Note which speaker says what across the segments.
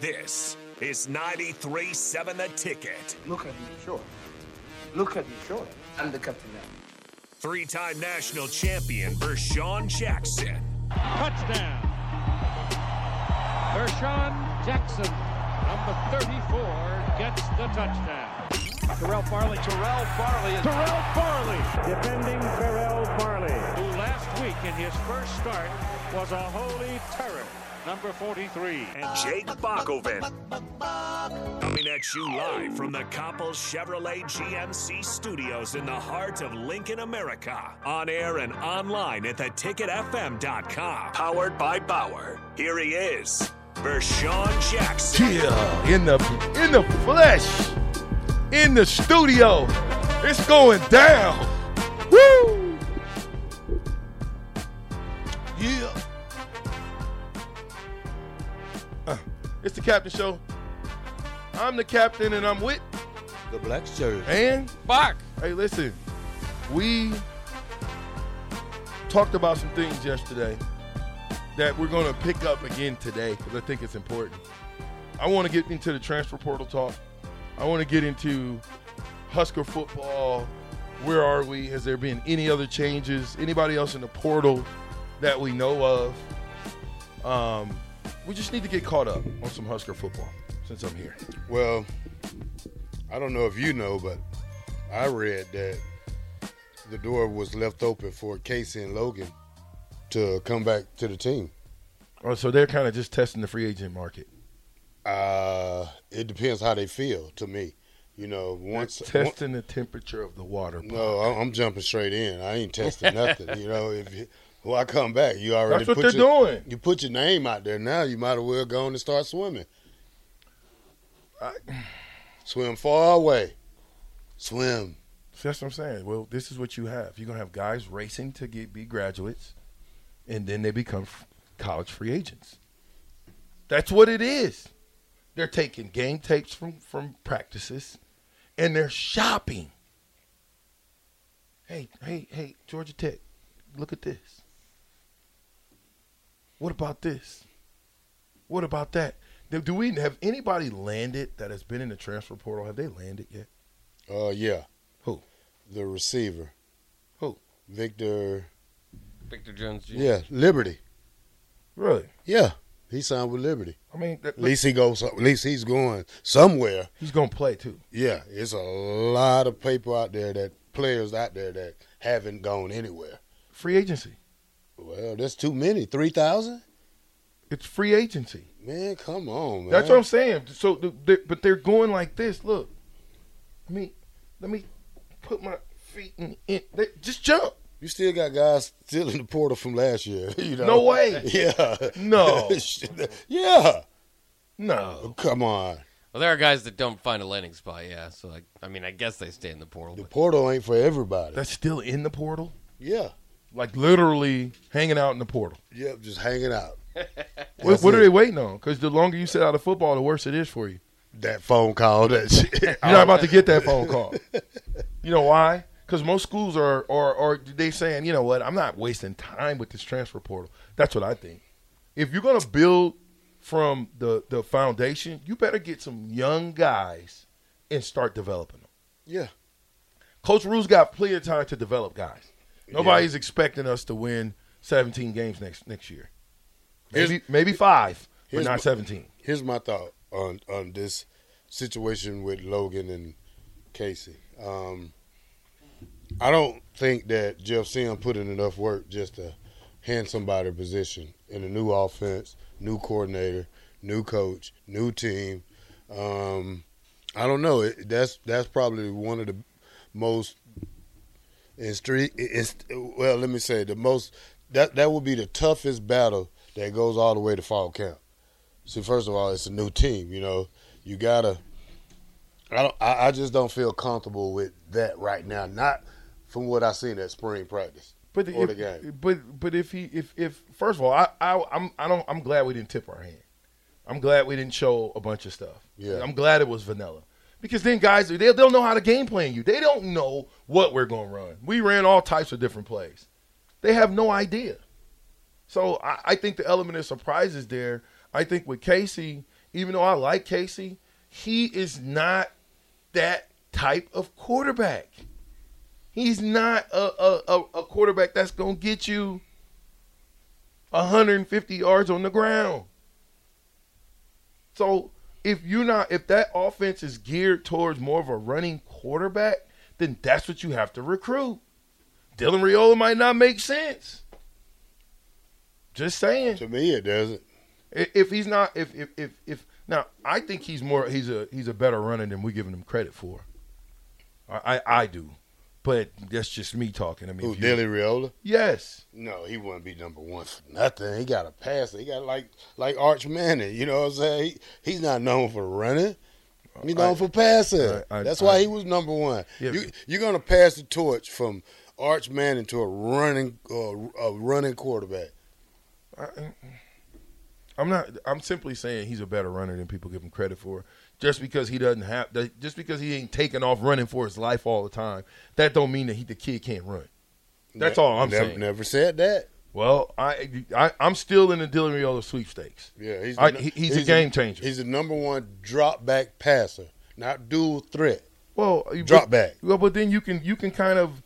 Speaker 1: This is 93.7 The Ticket.
Speaker 2: Look at me, sure. Look at me, sure. I'm the captain now.
Speaker 1: Three time national champion Vershawn Jackson.
Speaker 3: touchdown. Vershawn Jackson, number 34, gets the touchdown. Terrell Farley, Terrell Farley, Terrell Farley,
Speaker 4: defending Terrell Marley.
Speaker 3: who last week in his first start was a holy terror, number 43.
Speaker 1: and Jake Bakoven. Coming at you live from the Coppel Chevrolet GMC studios in the heart of Lincoln, America. On air and online at theticketfm.com. Powered by Bauer. Here he is, Vershawn Jackson.
Speaker 5: Yeah, in the in the flesh, in the studio, it's going down. Woo! Yeah. Uh, it's the Captain Show. I'm the captain, and I'm with
Speaker 6: The black shirt.
Speaker 5: and
Speaker 6: Fuck.
Speaker 5: Hey, listen, we talked about some things yesterday that we're going to pick up again today because I think it's important. I want to get into the transfer portal talk. I want to get into Husker football. Where are we? Has there been any other changes? Anybody else in the portal that we know of? Um, we just need to get caught up on some Husker football since I'm here.
Speaker 6: Well, I don't know if you know, but I read that the door was left open for Casey and Logan to come back to the team.
Speaker 5: Oh, so they're kind of just testing the free agent market.
Speaker 6: Uh, it depends how they feel to me. You know, once. one-
Speaker 5: testing the temperature of the water.
Speaker 6: no, I- I'm jumping straight in. I ain't testing nothing. You know, if you, well, I come back, you already
Speaker 5: That's what
Speaker 6: put
Speaker 5: they're
Speaker 6: your,
Speaker 5: doing.
Speaker 6: You put your name out there now. You might as well go on and start swimming. Swim far away. Swim.
Speaker 5: So that's what I'm saying. Well, this is what you have. You're gonna have guys racing to get be graduates, and then they become f- college free agents. That's what it is. They're taking game tapes from from practices, and they're shopping. Hey, hey, hey, Georgia Tech, look at this. What about this? What about that? Do- Do we have anybody landed that has been in the transfer portal? Have they landed yet?
Speaker 6: Uh, yeah.
Speaker 5: Who?
Speaker 6: The receiver.
Speaker 5: Who?
Speaker 6: Victor.
Speaker 7: Victor Jones Jr.
Speaker 6: Yeah, Liberty.
Speaker 5: Really?
Speaker 6: Yeah, he signed with Liberty.
Speaker 5: I mean, that,
Speaker 6: At least he goes. At least he's going somewhere.
Speaker 5: He's gonna play too.
Speaker 6: Yeah, it's a lot of people out there that players out there that haven't gone anywhere.
Speaker 5: Free agency.
Speaker 6: Well, that's too many. Three thousand.
Speaker 5: It's free agency.
Speaker 6: Man, come on, man.
Speaker 5: That's what I'm saying. So, th- they're, but they're going like this. Look, let me let me put my feet in. in they, just jump.
Speaker 6: You still got guys still in the portal from last year. You know?
Speaker 5: No way.
Speaker 6: Yeah.
Speaker 5: No.
Speaker 6: yeah.
Speaker 5: No.
Speaker 6: Come on.
Speaker 7: Well, there are guys that don't find a landing spot. Yeah, so I, I mean, I guess they stay in the portal.
Speaker 6: The
Speaker 7: but-
Speaker 6: portal ain't for everybody.
Speaker 5: That's still in the portal.
Speaker 6: yeah.
Speaker 5: Like literally hanging out in the portal.
Speaker 6: Yep. Just hanging out.
Speaker 5: What,
Speaker 6: That's
Speaker 5: what are
Speaker 6: it.
Speaker 5: they waiting on? Because the longer you sit out of football, the worse it is for you.
Speaker 6: that phone call, that shit.
Speaker 5: You're not about to get that phone call. You know why? Because most schools are, are are they saying, you know what? I'm not wasting time with this transfer portal. That's what I think. If you're gonna build from the the foundation, you better get some young guys and start developing them.
Speaker 6: yeah.
Speaker 5: Coach Rule's got plenty of time to develop guys. Nobody's expecting us to win 17 games next next year. Maybe
Speaker 6: Here's-
Speaker 5: maybe five, but
Speaker 6: here's
Speaker 5: not
Speaker 6: my-
Speaker 5: 17.
Speaker 6: Here's my thought on on this situation with Logan and Casey. Um, I don't think that Jeff Sim put in enough work just to hand somebody a position in a new offense, new coordinator, new coach, new team. Um, I don't know. It, that's that's probably one of the most in street. It's, well, let me say the most that that would be the toughest battle that goes all the way to fall camp. See, first of all, it's a new team. You know, you gotta. I don't. I, I just don't feel comfortable with that right now. Not from what I seen at spring practice
Speaker 5: But
Speaker 6: or
Speaker 5: if,
Speaker 6: the game.
Speaker 5: But but if he if if first of all, I, I I'm I don't I'm glad we didn't tip our hand. I'm glad we didn't show a bunch of stuff.
Speaker 6: Yeah.
Speaker 5: I'm glad it was vanilla. Because then guys they they'll know how to game plan you. They don't know what we're gonna run. We ran all types of different plays. They have no idea. So I, I think the element of surprise is there. I think with Casey, even though I like Casey, he is not that type of quarterback. He's not a, a, a, a quarterback that's going to get you 150 yards on the ground. So if you're not, if that offense is geared towards more of a running quarterback, then that's what you have to recruit. Dylan Riola might not make sense. Just saying.
Speaker 6: To me, it doesn't.
Speaker 5: I- If he's not, if if if, if now, I think he's more. He's a he's a better runner than we're giving him credit for. I I, I do, but that's just me talking. I mean,
Speaker 6: Who,
Speaker 5: if you-
Speaker 6: Dilly Riola?
Speaker 5: Yes.
Speaker 6: No, he wouldn't be number one for nothing. He got a pass. He got like like Arch Manning. You know what I'm saying? He, he's not known for running. He's known for passing.
Speaker 5: I- I-
Speaker 6: That's
Speaker 5: I-
Speaker 6: why he was number one.
Speaker 5: Yeah.
Speaker 6: You, you're gonna pass the torch from Arch Manning to a running uh, a running quarterback.
Speaker 5: I, I'm not. I'm simply saying he's a better runner than people give him credit for. Just because he doesn't have, that- just because he ain't taking off running for his life all the time, that don't mean that he the kid can't run. That's
Speaker 6: Ne-
Speaker 5: all I'm
Speaker 6: never,
Speaker 5: saying.
Speaker 6: Never said that.
Speaker 5: Well, I, I I'm still in the Dillariola sweepstakes.
Speaker 6: Yeah, he's
Speaker 5: I-
Speaker 6: the-
Speaker 5: he- he's a game changer.
Speaker 6: He's the number one drop back passer, not dual threat.
Speaker 5: Well, you-
Speaker 6: Drop back.
Speaker 5: Well, but then you can you can kind of,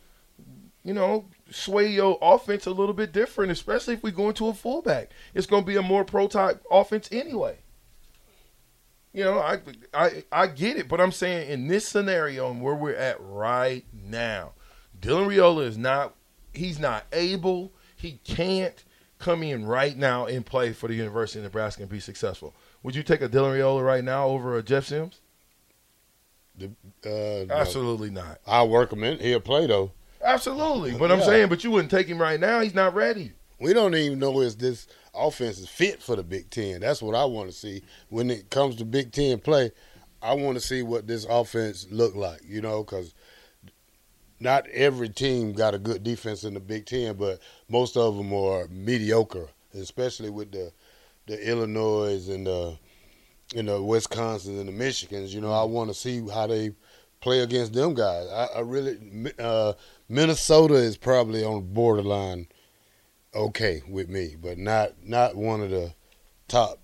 Speaker 5: you know, sway your offense a little bit different, especially if we go into a fullback. It's going to be a more prototype offense anyway. You know, I I I get it, but I'm saying in this scenario and where we're at right now, Dylan Riola is not he's not able, he can't come in right now and play for the University of Nebraska and be successful. Would you take a Dylan Riola right now over a Jeff Sims?
Speaker 6: Uh, no.
Speaker 5: Absolutely not.
Speaker 6: I'll work him in. He'll play though.
Speaker 5: Absolutely. But I'm
Speaker 6: Yeah.
Speaker 5: saying, but you wouldn't take him right now. He's not ready.
Speaker 6: We don't even know if this offense is fit for the Big Ten. That's what I want to see when it comes to Big Ten play. I want to see what this offense look like, you know, because not every team got a good defense in the Big Ten, but most of them are mediocre, especially with the the Illinois and the and the Wisconsin and the Michigans. You know, I want to see how they play against them guys. I, I really uh, Minnesota is probably on borderline okay with me, but not not one of the top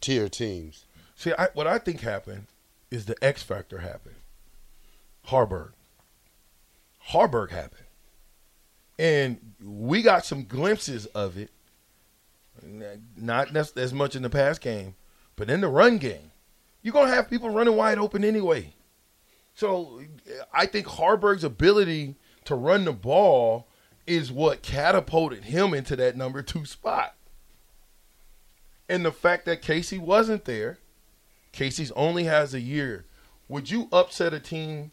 Speaker 6: tier teams.
Speaker 5: See, I, what I think happened is the X factor happened. Harburg. Harburg happened. And we got some glimpses of it. Not as, as much in the pass game, but in the run game, you're going to have people running wide open anyway. So I think Harburg's ability to run the ball is what catapulted him into that number two spot. And the fact that Casey wasn't there, Casey's only has a year. Would you upset a team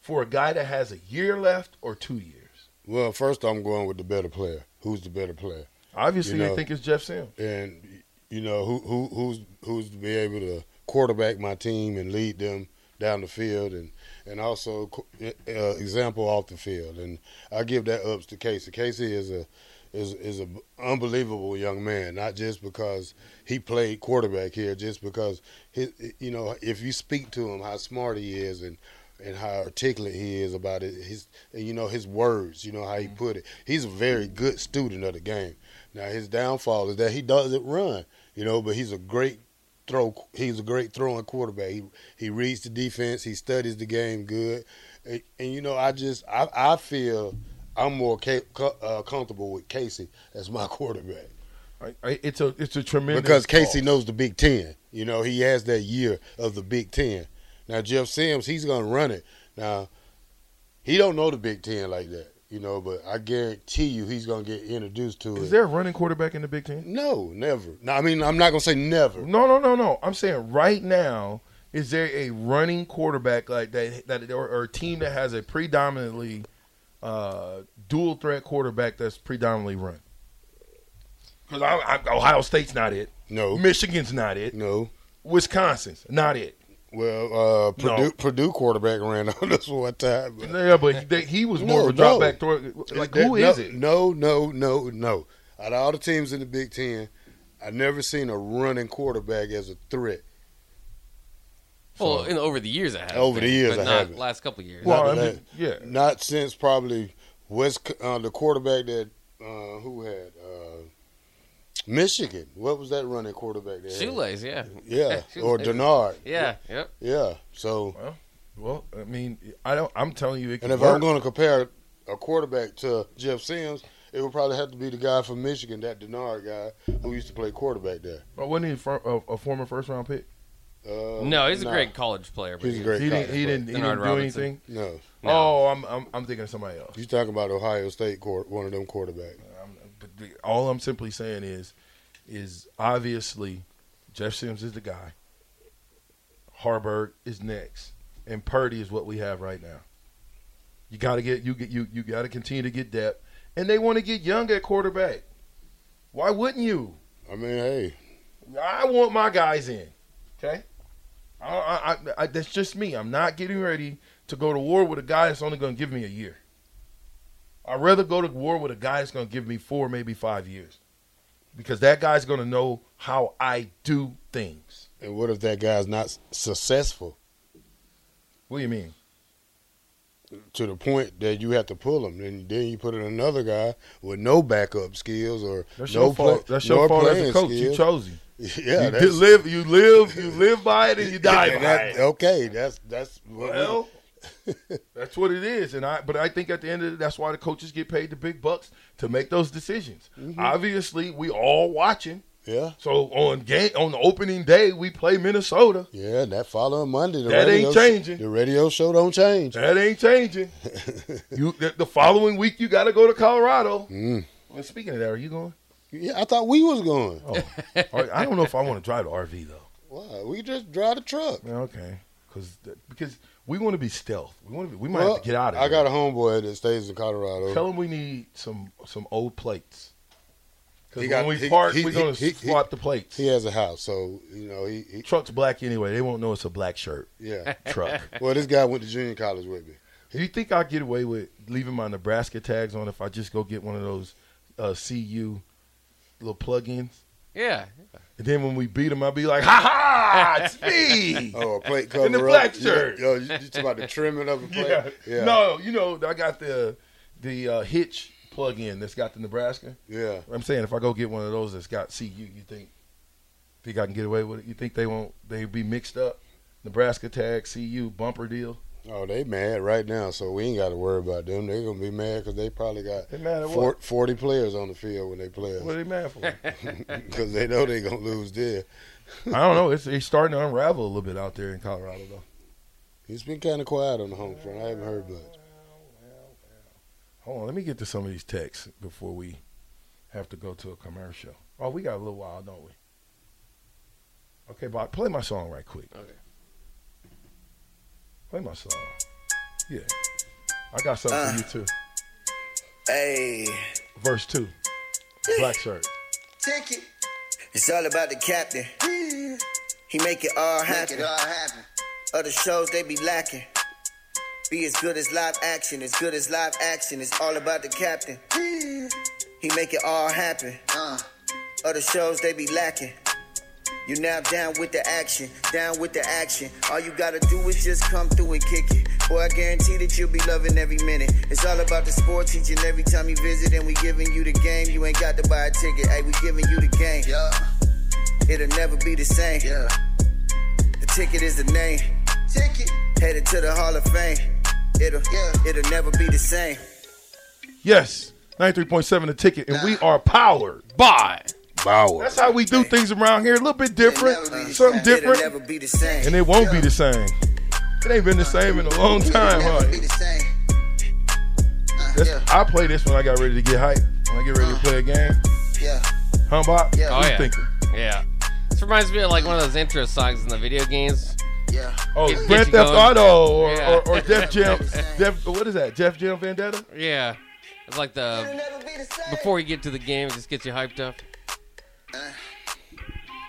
Speaker 5: for a guy that has a year left or two years?
Speaker 6: Well, first I'm going with the better player. Who's the better player?
Speaker 5: Obviously,
Speaker 6: You
Speaker 5: you
Speaker 6: know-
Speaker 5: think it's Jeff Sims.
Speaker 6: And you know who who who's who's to be able to quarterback my team and lead them down the field and and also co- uh, example off the field. And I give that ups to Casey. Casey is a is is an unbelievable young man. Not just because he played quarterback here, just because his you know if you speak to him how smart he is and and how articulate he is about it, his and, you know his words, you know how he put it. He's a very good student of the game. Now his downfall is that he doesn't run, you know, but he's a great throw. He's a great throwing quarterback. He he reads the defense. He studies the game good, and, and you know I just I I feel I'm more ca- co- uh, comfortable with Casey as my quarterback
Speaker 5: I- I- It's a it's a tremendous
Speaker 6: because Casey
Speaker 5: call.
Speaker 6: knows the Big Ten. You know, he has that year of the Big Ten. Now Jeff Sims, he's gonna run it. Now he don't know the Big Ten like that, you know, but I guarantee you he's gonna get introduced to
Speaker 5: Is
Speaker 6: it.
Speaker 5: there a running quarterback in the Big Ten?
Speaker 6: no, never. No, I mean I'm not gonna say never.
Speaker 5: No, no, no, no. I'm saying right now, is there a running quarterback like that that or, or a team that has a predominantly uh, dual threat quarterback that's predominantly run? Because I, I, Ohio State's not it.
Speaker 6: No,
Speaker 5: Michigan's not it.
Speaker 6: no.
Speaker 5: Wisconsin's not it.
Speaker 6: Well, uh, Purdue,
Speaker 5: No.
Speaker 6: Purdue quarterback ran on us one time. but-
Speaker 5: Yeah, but he, they, he was more of a
Speaker 6: No,
Speaker 5: drop
Speaker 6: no.
Speaker 5: back throw. Like
Speaker 6: There-
Speaker 5: who
Speaker 6: no,
Speaker 5: is it?
Speaker 6: No, no, no, no. Out of all the teams in the Big Ten, I never seen a running quarterback as a threat.
Speaker 7: Well, in, over the years I have.
Speaker 6: Over the
Speaker 7: been,
Speaker 6: years
Speaker 7: but
Speaker 6: I
Speaker 7: not
Speaker 6: haven't.
Speaker 7: Last couple of years.
Speaker 5: Well,
Speaker 6: Not
Speaker 5: I
Speaker 6: that-
Speaker 5: mean, yeah.
Speaker 6: Not since probably West uh, the quarterback that uh, who had uh, Michigan. What was that running quarterback there?
Speaker 7: Shoelace, yeah.
Speaker 6: Yeah, or
Speaker 7: Shoelace.
Speaker 6: Denard.
Speaker 7: Yeah, yep.
Speaker 6: Yeah. So,
Speaker 5: Well, I mean, I don't. I'm telling you, it can
Speaker 6: and if
Speaker 5: work.
Speaker 6: I'm going to compare a quarterback to Jeff Sims, it would probably have to be the guy from Michigan, that Denard guy who used to play quarterback there.
Speaker 5: Well, wasn't he a, fir- a, a former first round pick?
Speaker 6: Uh,
Speaker 7: No, he's a
Speaker 6: nah.
Speaker 7: great college player. But
Speaker 6: He's a great.
Speaker 5: He didn't.
Speaker 6: guy.
Speaker 5: He didn't. He
Speaker 7: Denard
Speaker 5: didn't do
Speaker 7: Robinson.
Speaker 5: anything.
Speaker 6: No,
Speaker 7: No.
Speaker 5: Oh, I'm, I'm. I'm thinking of somebody else.
Speaker 6: you talking about Ohio State court, one of them quarterbacks.
Speaker 5: I'm, but the, all I'm simply saying is, is obviously, Jeff Sims is the guy. Harburg is next, and Purdy is what we have right now. You got to get you get you you got to continue to get depth, and they want to get young at quarterback. Why wouldn't you?
Speaker 6: I mean, hey,
Speaker 5: I want my guys in. Okay, I, I, I, I, that's just me. I'm not getting ready to go to war with a guy that's only going to give me a year. I'd rather go to war with a guy that's going to give me four, maybe five years, because that guy's going to know how I do things.
Speaker 6: and what if that guy's not s- successful
Speaker 5: What do you mean?
Speaker 6: to the point that you have to pull him, and then you put in another guy with no backup skills or
Speaker 5: That's
Speaker 6: no
Speaker 5: your fault.
Speaker 6: play-
Speaker 5: that's
Speaker 6: nor
Speaker 5: your fault as a
Speaker 6: playing
Speaker 5: coach. You
Speaker 6: skills.
Speaker 5: chose him.
Speaker 6: yeah,
Speaker 5: you
Speaker 6: that's-
Speaker 5: did live. You live. You live by it, and you die
Speaker 6: Yeah,
Speaker 5: by
Speaker 6: that-
Speaker 5: it.
Speaker 6: Okay, that's that's what we-
Speaker 5: Well, that's what it is, and I. But I think at the end of it, that's why the coaches get paid the big bucks to make those decisions. Obviously, we all watching.
Speaker 6: yeah,
Speaker 5: So on game on the opening day, we play Minnesota.
Speaker 6: yeah. and That following Monday, the
Speaker 5: That
Speaker 6: radio
Speaker 5: ain't
Speaker 6: sh-
Speaker 5: changing.
Speaker 6: the radio show don't change.
Speaker 5: That ain't changing. you the, the following week, you got to go to Colorado.
Speaker 6: Mm.
Speaker 5: Well, speaking of that, are you going?
Speaker 6: Yeah, I thought we was going.
Speaker 5: Or- Oh. I don't know if I want to drive the RV though.
Speaker 6: Wow, we just drive the truck.
Speaker 5: Yeah, okay, because because we want to be stealth. We want to. Be, we might have to get out of.
Speaker 6: I
Speaker 5: here.
Speaker 6: got a homeboy that stays in Colorado.
Speaker 5: Tell him we need some some old plates.
Speaker 6: He
Speaker 5: Because
Speaker 6: got-
Speaker 5: when we
Speaker 6: he-
Speaker 5: park,
Speaker 6: he-
Speaker 5: we're gonna
Speaker 6: he- he-
Speaker 5: swap the plates.
Speaker 6: he has a house, so you know he, he
Speaker 5: Truck's black anyway. They won't know it's a black shirt
Speaker 6: yeah.
Speaker 5: truck.
Speaker 6: well, this guy went to junior college with me.
Speaker 5: Do you think I get away with leaving my Nebraska tags on if I just go get one of those uh, CU little plug-ins?
Speaker 7: Yeah.
Speaker 5: And then when we beat them, I'll be like, "Ha ha, it's me."
Speaker 6: Oh, a plate cover
Speaker 5: the
Speaker 6: up.
Speaker 5: black
Speaker 6: Yeah,
Speaker 5: shirt.
Speaker 6: Yo, you, you talking about the trimming of a plate?
Speaker 5: yeah.
Speaker 6: yeah,
Speaker 5: No, you know I got the the uh, hitch plug-in that's got the Nebraska.
Speaker 6: yeah.
Speaker 5: I'm saying if I go get one of those that's got CU, you think think I can get away with it? You think they won't they be mixed up? Nebraska tag, CU bumper deal.
Speaker 6: Oh, they mad right now, so we ain't got to worry about them. They're gonna be mad because they probably got
Speaker 5: They mad at
Speaker 6: four- forty players on the field when they play
Speaker 5: What are they
Speaker 6: us
Speaker 5: mad for? I
Speaker 6: because they know they gonna lose there.
Speaker 5: don't know. It's, it's starting to unravel a little bit out there in Colorado though.
Speaker 6: He's been kind of quiet on the home front. I haven't heard much.
Speaker 5: Hold on, let me get to some of these texts before we have to go to a commercial. Oh, we got a little while, don't we? Okay, Bob, play my song right quick.
Speaker 7: Okay.
Speaker 5: Play my song. Yeah. I got something for you too.
Speaker 8: Uh. Hey,
Speaker 5: Verse two. Black shirt.
Speaker 8: take it. It's all about the captain. He make it all happen. Other shows they be lacking. Be as good as live action. As good as live action. It's all about the captain. He make it all happen. Other shows they be lacking. You now down with the action, down with the action. All you gotta do is just come through and kick it. Boy, I guarantee that you'll be loving every minute. It's all about the sport teaching every time you visit, and we giving you the game. You ain't got to buy a ticket, hey, we giving you the game. Yeah. It'll never be the same. Yeah. The ticket is the name. Ticket. Headed to the Hall of Fame. It'll, it'll never be the same.
Speaker 5: Yes. 93.7 the ticket, and we are powered by.
Speaker 6: Bauer.
Speaker 5: That's how we do things around here. A little bit different, something
Speaker 8: It'll never
Speaker 5: different,
Speaker 8: be the same.
Speaker 5: and it won't be the same. It ain't been the same in a long time,
Speaker 8: It'll
Speaker 5: huh?
Speaker 8: never be the same. Uh,
Speaker 5: That's-
Speaker 8: yeah,
Speaker 5: I play this when I got ready to get hype. When I get ready to play a game,
Speaker 8: yeah.
Speaker 5: Humbop. what
Speaker 8: Yeah.
Speaker 5: you
Speaker 7: Oh, yeah.
Speaker 5: thinking?
Speaker 7: Yeah. This reminds me of like one of those intro songs in the video games.
Speaker 8: Yeah.
Speaker 5: Oh,
Speaker 7: Get- get
Speaker 5: Grand
Speaker 7: you
Speaker 5: Theft
Speaker 7: going.
Speaker 5: Auto or,
Speaker 7: Yeah.
Speaker 5: or, or Def Jam. Def, what is that? Def Jam Vendetta?
Speaker 7: Yeah. It's like the before you get to the game, it just gets you hyped up.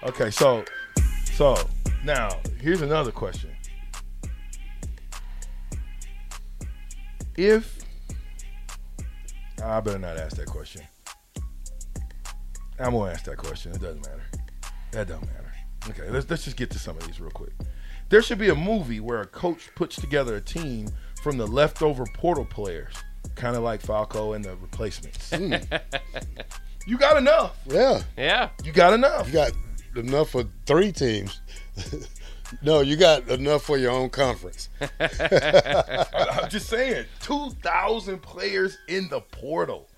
Speaker 5: Okay, so so now here's another question. If I better not ask that question. I'm gonna ask that question. It doesn't matter. That don't matter. Okay, let's let's just get to some of these real quick. There should be a movie where a coach puts together a team from the leftover portal players, kind of like Falco and the replacements. You got enough.
Speaker 6: Yeah,
Speaker 7: Yeah.
Speaker 5: You got enough.
Speaker 6: you got enough for three teams. no, you got enough for your own conference.
Speaker 5: I- I'm just saying, two thousand players in the portal.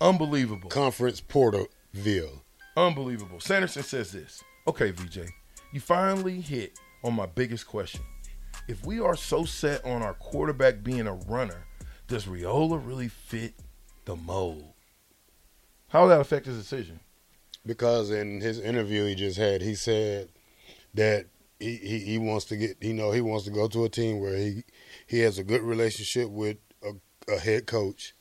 Speaker 5: Unbelievable.
Speaker 6: Conference Porterville.
Speaker 5: Unbelievable. Sanderson says this. Okay, VJ, you finally hit on my biggest question. If we are so set on our quarterback being a runner, does Riola really fit the mold? How will that affect his decision?
Speaker 6: because in his interview he just had, he said that he, he, he wants to get you know he wants to go to a team where he he has a good relationship with a, a head coach,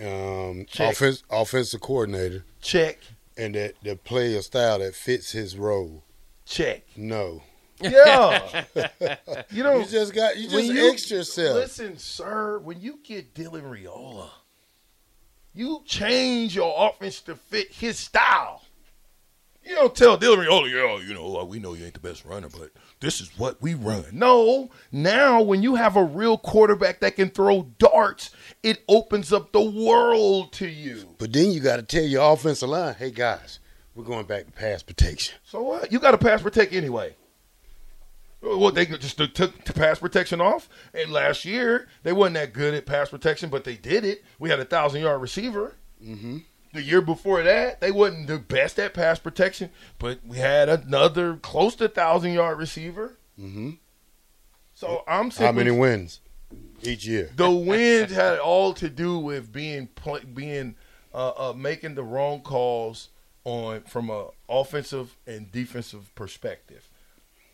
Speaker 6: um,
Speaker 5: Check.
Speaker 6: offense offensive coordinator,
Speaker 5: Check,
Speaker 6: and that the play a style that fits his role.
Speaker 5: check.
Speaker 6: No,
Speaker 5: Yeah. you
Speaker 6: you
Speaker 5: don't
Speaker 6: just got you
Speaker 5: Oh, when
Speaker 6: just
Speaker 5: you-
Speaker 6: extra yourself.
Speaker 5: Listen, sir, when you get Dylan Riola, you change your offense to fit his style. You don't tell Dylan Riola, yo, you know, uh, we know you ain't the best runner, but this is what we run. No, now when you have a real quarterback that can throw darts, it opens up the world to you.
Speaker 6: But then you got to tell your offensive line, hey guys, we're going back to pass protection.
Speaker 5: So what? You got to pass protect anyway. Well, they just took, took the pass protection off, and last year they wasn't that good at pass protection, but they did it. We had a thousand yard receiver.
Speaker 6: Mm-hmm.
Speaker 5: The year before that, they wasn't the best at pass protection, but we had another close to thousand yard receiver.
Speaker 6: Mhm.
Speaker 5: So I'm
Speaker 6: How
Speaker 5: saying
Speaker 6: many wins each year?
Speaker 5: the wins had all to do with being pl- being uh, uh, making the wrong calls on from a offensive and defensive perspective,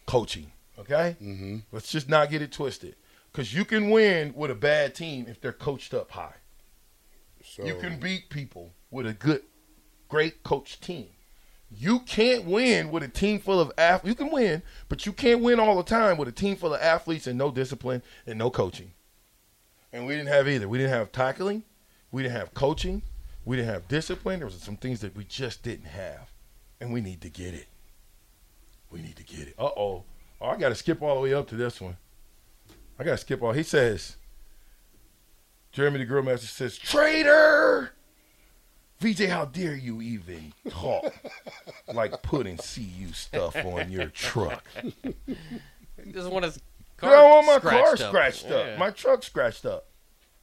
Speaker 5: coaching. Okay,
Speaker 6: Mm-hmm.
Speaker 5: let's just not get it twisted, because you can win with a bad team if they're coached up high.
Speaker 6: So
Speaker 5: You can beat people with a good, great coach team. You can't win with a team full of athletes. You can win, but you can't win all the time with a team full of athletes and no discipline and no coaching. And we didn't have either. We didn't have tackling. We didn't have coaching. We didn't have discipline. There was some things that we just didn't have, and we need to get it. We need to get it. Uh oh. Oh, I got to skip all the way up to this one. I got to skip all. He says. Jeremy the Grill Master says, Traitor! VJ, how dare you even talk like putting CU stuff on your truck? You
Speaker 7: He doesn't want his car
Speaker 5: don't want my car
Speaker 7: scratched up.
Speaker 5: scratched up.
Speaker 7: Yeah.
Speaker 5: My truck scratched up.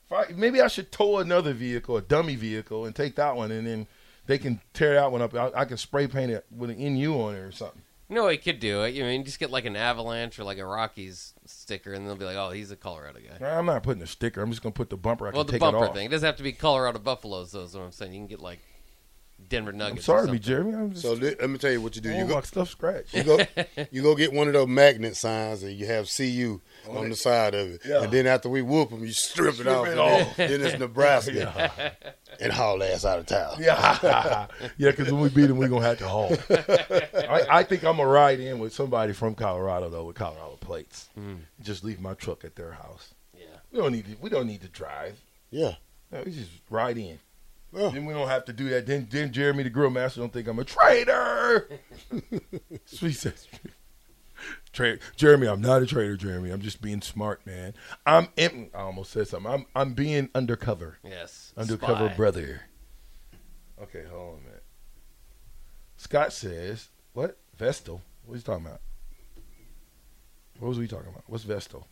Speaker 5: If I- maybe I should tow another vehicle, a dummy vehicle, and take that one, and then they can tear that one up. I, I can spray paint it with an NU on it or something.
Speaker 7: No, he could do it. You mean just get like an Avalanche or like a Rockies sticker, and they'll be like, "Oh, he's a Colorado guy."
Speaker 5: I'm not putting a sticker. I'm just going to put the bumper. I
Speaker 7: Well,
Speaker 5: can
Speaker 7: the
Speaker 5: take it
Speaker 7: bumper
Speaker 5: off.
Speaker 7: thing. It doesn't have to be Colorado Buffaloes, though. Is what I'm saying. You can get like Denver
Speaker 5: I'm
Speaker 7: Nuggets.
Speaker 5: sorry,
Speaker 7: or
Speaker 5: me
Speaker 7: something.
Speaker 5: Jeremy. I'm just,
Speaker 6: So let, let me tell you what you do.
Speaker 5: I
Speaker 6: You
Speaker 5: want
Speaker 6: go,
Speaker 5: Oh, my stuff scratched.
Speaker 6: You go, you go get one of those magnet signs, and you have CU on the side of it.
Speaker 5: Oh, Yeah.
Speaker 6: And then after we whoop them, you strip,
Speaker 5: Strip
Speaker 6: it off.
Speaker 5: it
Speaker 6: and
Speaker 5: off.
Speaker 6: Then, then it's Nebraska, and haul ass out of town.
Speaker 5: Yeah, yeah, because when we beat him, we're gonna have to haul. I, I think I'm gonna ride in with somebody from Colorado though, with Colorado plates. Just leave my truck at their house.
Speaker 7: Yeah.
Speaker 5: We don't need to. We don't need to drive.
Speaker 6: Yeah.
Speaker 5: No, we just ride in.
Speaker 6: Yeah.
Speaker 5: Then we don't have to do that. Then, then Jeremy the grill master don't think I'm a traitor. That's what he says. Tra- Jeremy, I'm not a traitor, Jeremy. I'm just being smart, man. I'm. Em- I almost said something. I'm. I'm being undercover.
Speaker 7: Yes.
Speaker 5: Undercover
Speaker 7: Spy.
Speaker 5: brother. Okay, hold on a minute. Scott says, what? Vestal? What are you talking about? What was we talking about? What's Vestal?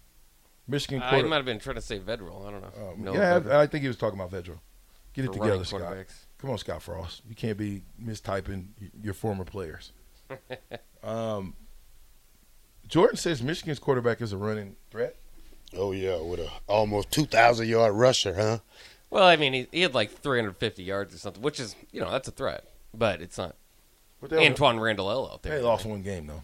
Speaker 5: Michigan
Speaker 7: I
Speaker 5: quarter.
Speaker 7: might have Uh, been trying to say Vedral. I don't know.
Speaker 5: um,
Speaker 7: No,
Speaker 5: yeah,
Speaker 7: Vedral.
Speaker 5: I, I think he was talking about Vedro. Get it
Speaker 7: For running
Speaker 5: together, Scott.
Speaker 7: quarterbacks.
Speaker 5: Come on, Scott Frost. You can't be mistyping y- your former players. um, Jordan says Michigan's quarterback is a running threat.
Speaker 6: Oh yeah, with a almost two thousand yard rusher, huh?
Speaker 7: Well, I mean, he, he had like 350 yards or something, which is you know that's a threat, but it's not
Speaker 5: But they, only-
Speaker 7: Antoine Randall L out there.
Speaker 5: they lost one game, though.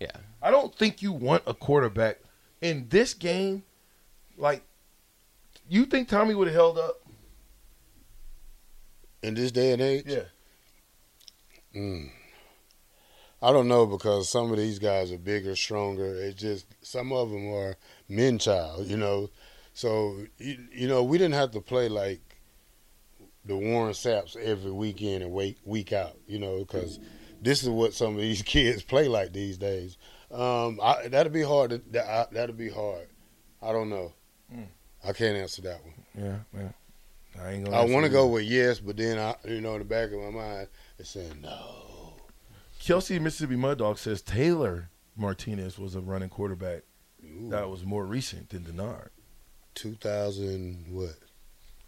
Speaker 7: Yeah.
Speaker 5: I don't think you want a quarterback in this game. Like, you think Tommy would have held up?
Speaker 6: In this day and age, Mm. I don't know because some of these guys are bigger, stronger. It's just some of them are men child, you know. So you, you know, we didn't have to play like the Warren Saps every weekend and wait week out, you know, because this is what some of these kids play like these days. Um, I, that'd be hard. To, that, I, that'd be hard. I don't know.
Speaker 5: Mm.
Speaker 6: I can't answer that one.
Speaker 5: Yeah, yeah. I ain't gonna.
Speaker 6: I
Speaker 5: answer
Speaker 6: want to
Speaker 5: you.
Speaker 6: go with yes, but then I, you know, in the back of my mind, it's saying no.
Speaker 5: Kelsey Mississippi Mud Dog says Taylor Martinez was a running quarterback
Speaker 6: Ooh,
Speaker 5: that was more recent than Denard.
Speaker 6: 2000 what?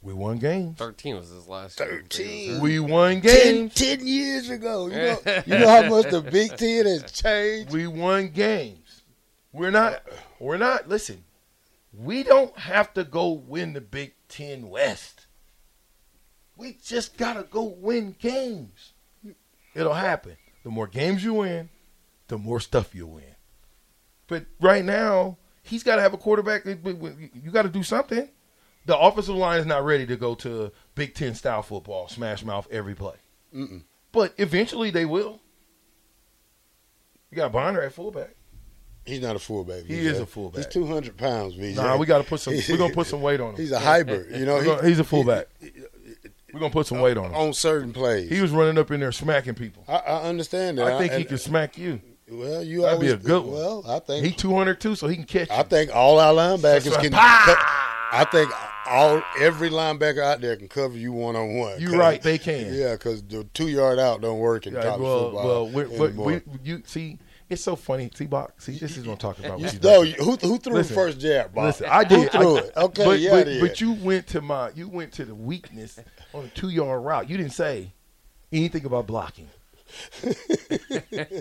Speaker 5: We won games.
Speaker 7: Thirteen was his last. year.
Speaker 6: 13.
Speaker 5: We won
Speaker 6: Ten,
Speaker 5: games.
Speaker 6: ten years ago. You know, you know how much the Big Ten has changed?
Speaker 5: We won games. We're not. We're not. Listen, we don't have to go win the Big Ten West. We just gotta go win games. It'll happen. The more games you win, the more stuff you win. But right now, he's got to have a quarterback. that- but- but You got to do something. The offensive line is not ready to go to Big Ten style football, smash mouth every play.
Speaker 6: Mm-mm.
Speaker 5: But eventually they will. You got Bonner at fullback.
Speaker 6: He's not a fullback.
Speaker 5: He
Speaker 6: VJ.
Speaker 5: is a fullback.
Speaker 6: He's 200 pounds, VJ.
Speaker 5: Nah, we got to put some. We're gonna put some weight on him.
Speaker 6: He's a hybrid. You know,
Speaker 5: We're gonna- he's a fullback. We're gonna put some weight on him.
Speaker 6: on certain plays.
Speaker 5: He was running up in there smacking people.
Speaker 6: I, I understand that.
Speaker 5: I think he
Speaker 6: and- uh,
Speaker 5: could smack you.
Speaker 6: Well, you
Speaker 5: That'd be
Speaker 6: always,
Speaker 5: a good one.
Speaker 6: Well, I think
Speaker 5: He 200 too, so he can catch.
Speaker 6: I
Speaker 5: You.
Speaker 6: think all our linebackers
Speaker 5: right.
Speaker 6: can. I think all every linebacker out there can cover you one on one.
Speaker 5: You right, they can.
Speaker 6: Yeah, because the two yard out don't work in
Speaker 5: Yeah,
Speaker 6: college
Speaker 5: well,
Speaker 6: football.
Speaker 5: well, we're, we're,
Speaker 6: anymore.
Speaker 5: we you see, it's so funny. T box. See, this is what I'm talking about. with
Speaker 6: you,
Speaker 5: you,
Speaker 6: no,
Speaker 5: Dustin.
Speaker 6: you, who, who threw
Speaker 5: Listen,
Speaker 6: the first jab, Bob?
Speaker 5: Listen, I did.
Speaker 6: Who threw
Speaker 5: I-
Speaker 6: it? Okay,
Speaker 5: but,
Speaker 6: yeah,
Speaker 5: but,
Speaker 6: I did.
Speaker 5: but you went to my, you went to the weakness on a two yard route. You didn't say anything about blocking,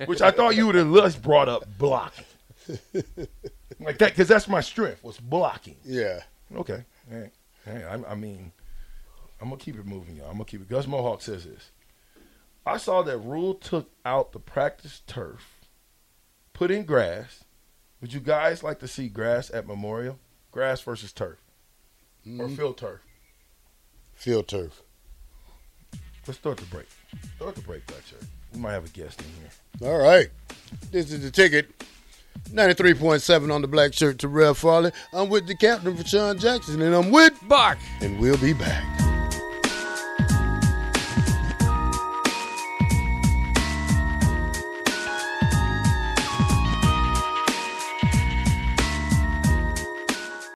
Speaker 5: which I thought you would have just brought up blocking, like that, because that's my strength was blocking.
Speaker 6: yeah,
Speaker 5: Okay, all right, all right. I, I mean, I'm gonna keep it moving, y'all. I'm gonna keep it. Gus Mohawk says this. I saw that rule took out the practice turf, put in grass. Would you guys like to see grass at Memorial? Grass versus turf or field turf?
Speaker 6: field turf.
Speaker 5: Let's start the break. Start the break, Fletcher. We might have a guest in here.
Speaker 6: All right, this is the ticket. 93.7 on the black shirt to Rev Farley. I'm with the captain, Rashawn Jackson, and I'm with
Speaker 7: Bark.
Speaker 6: and we'll be back.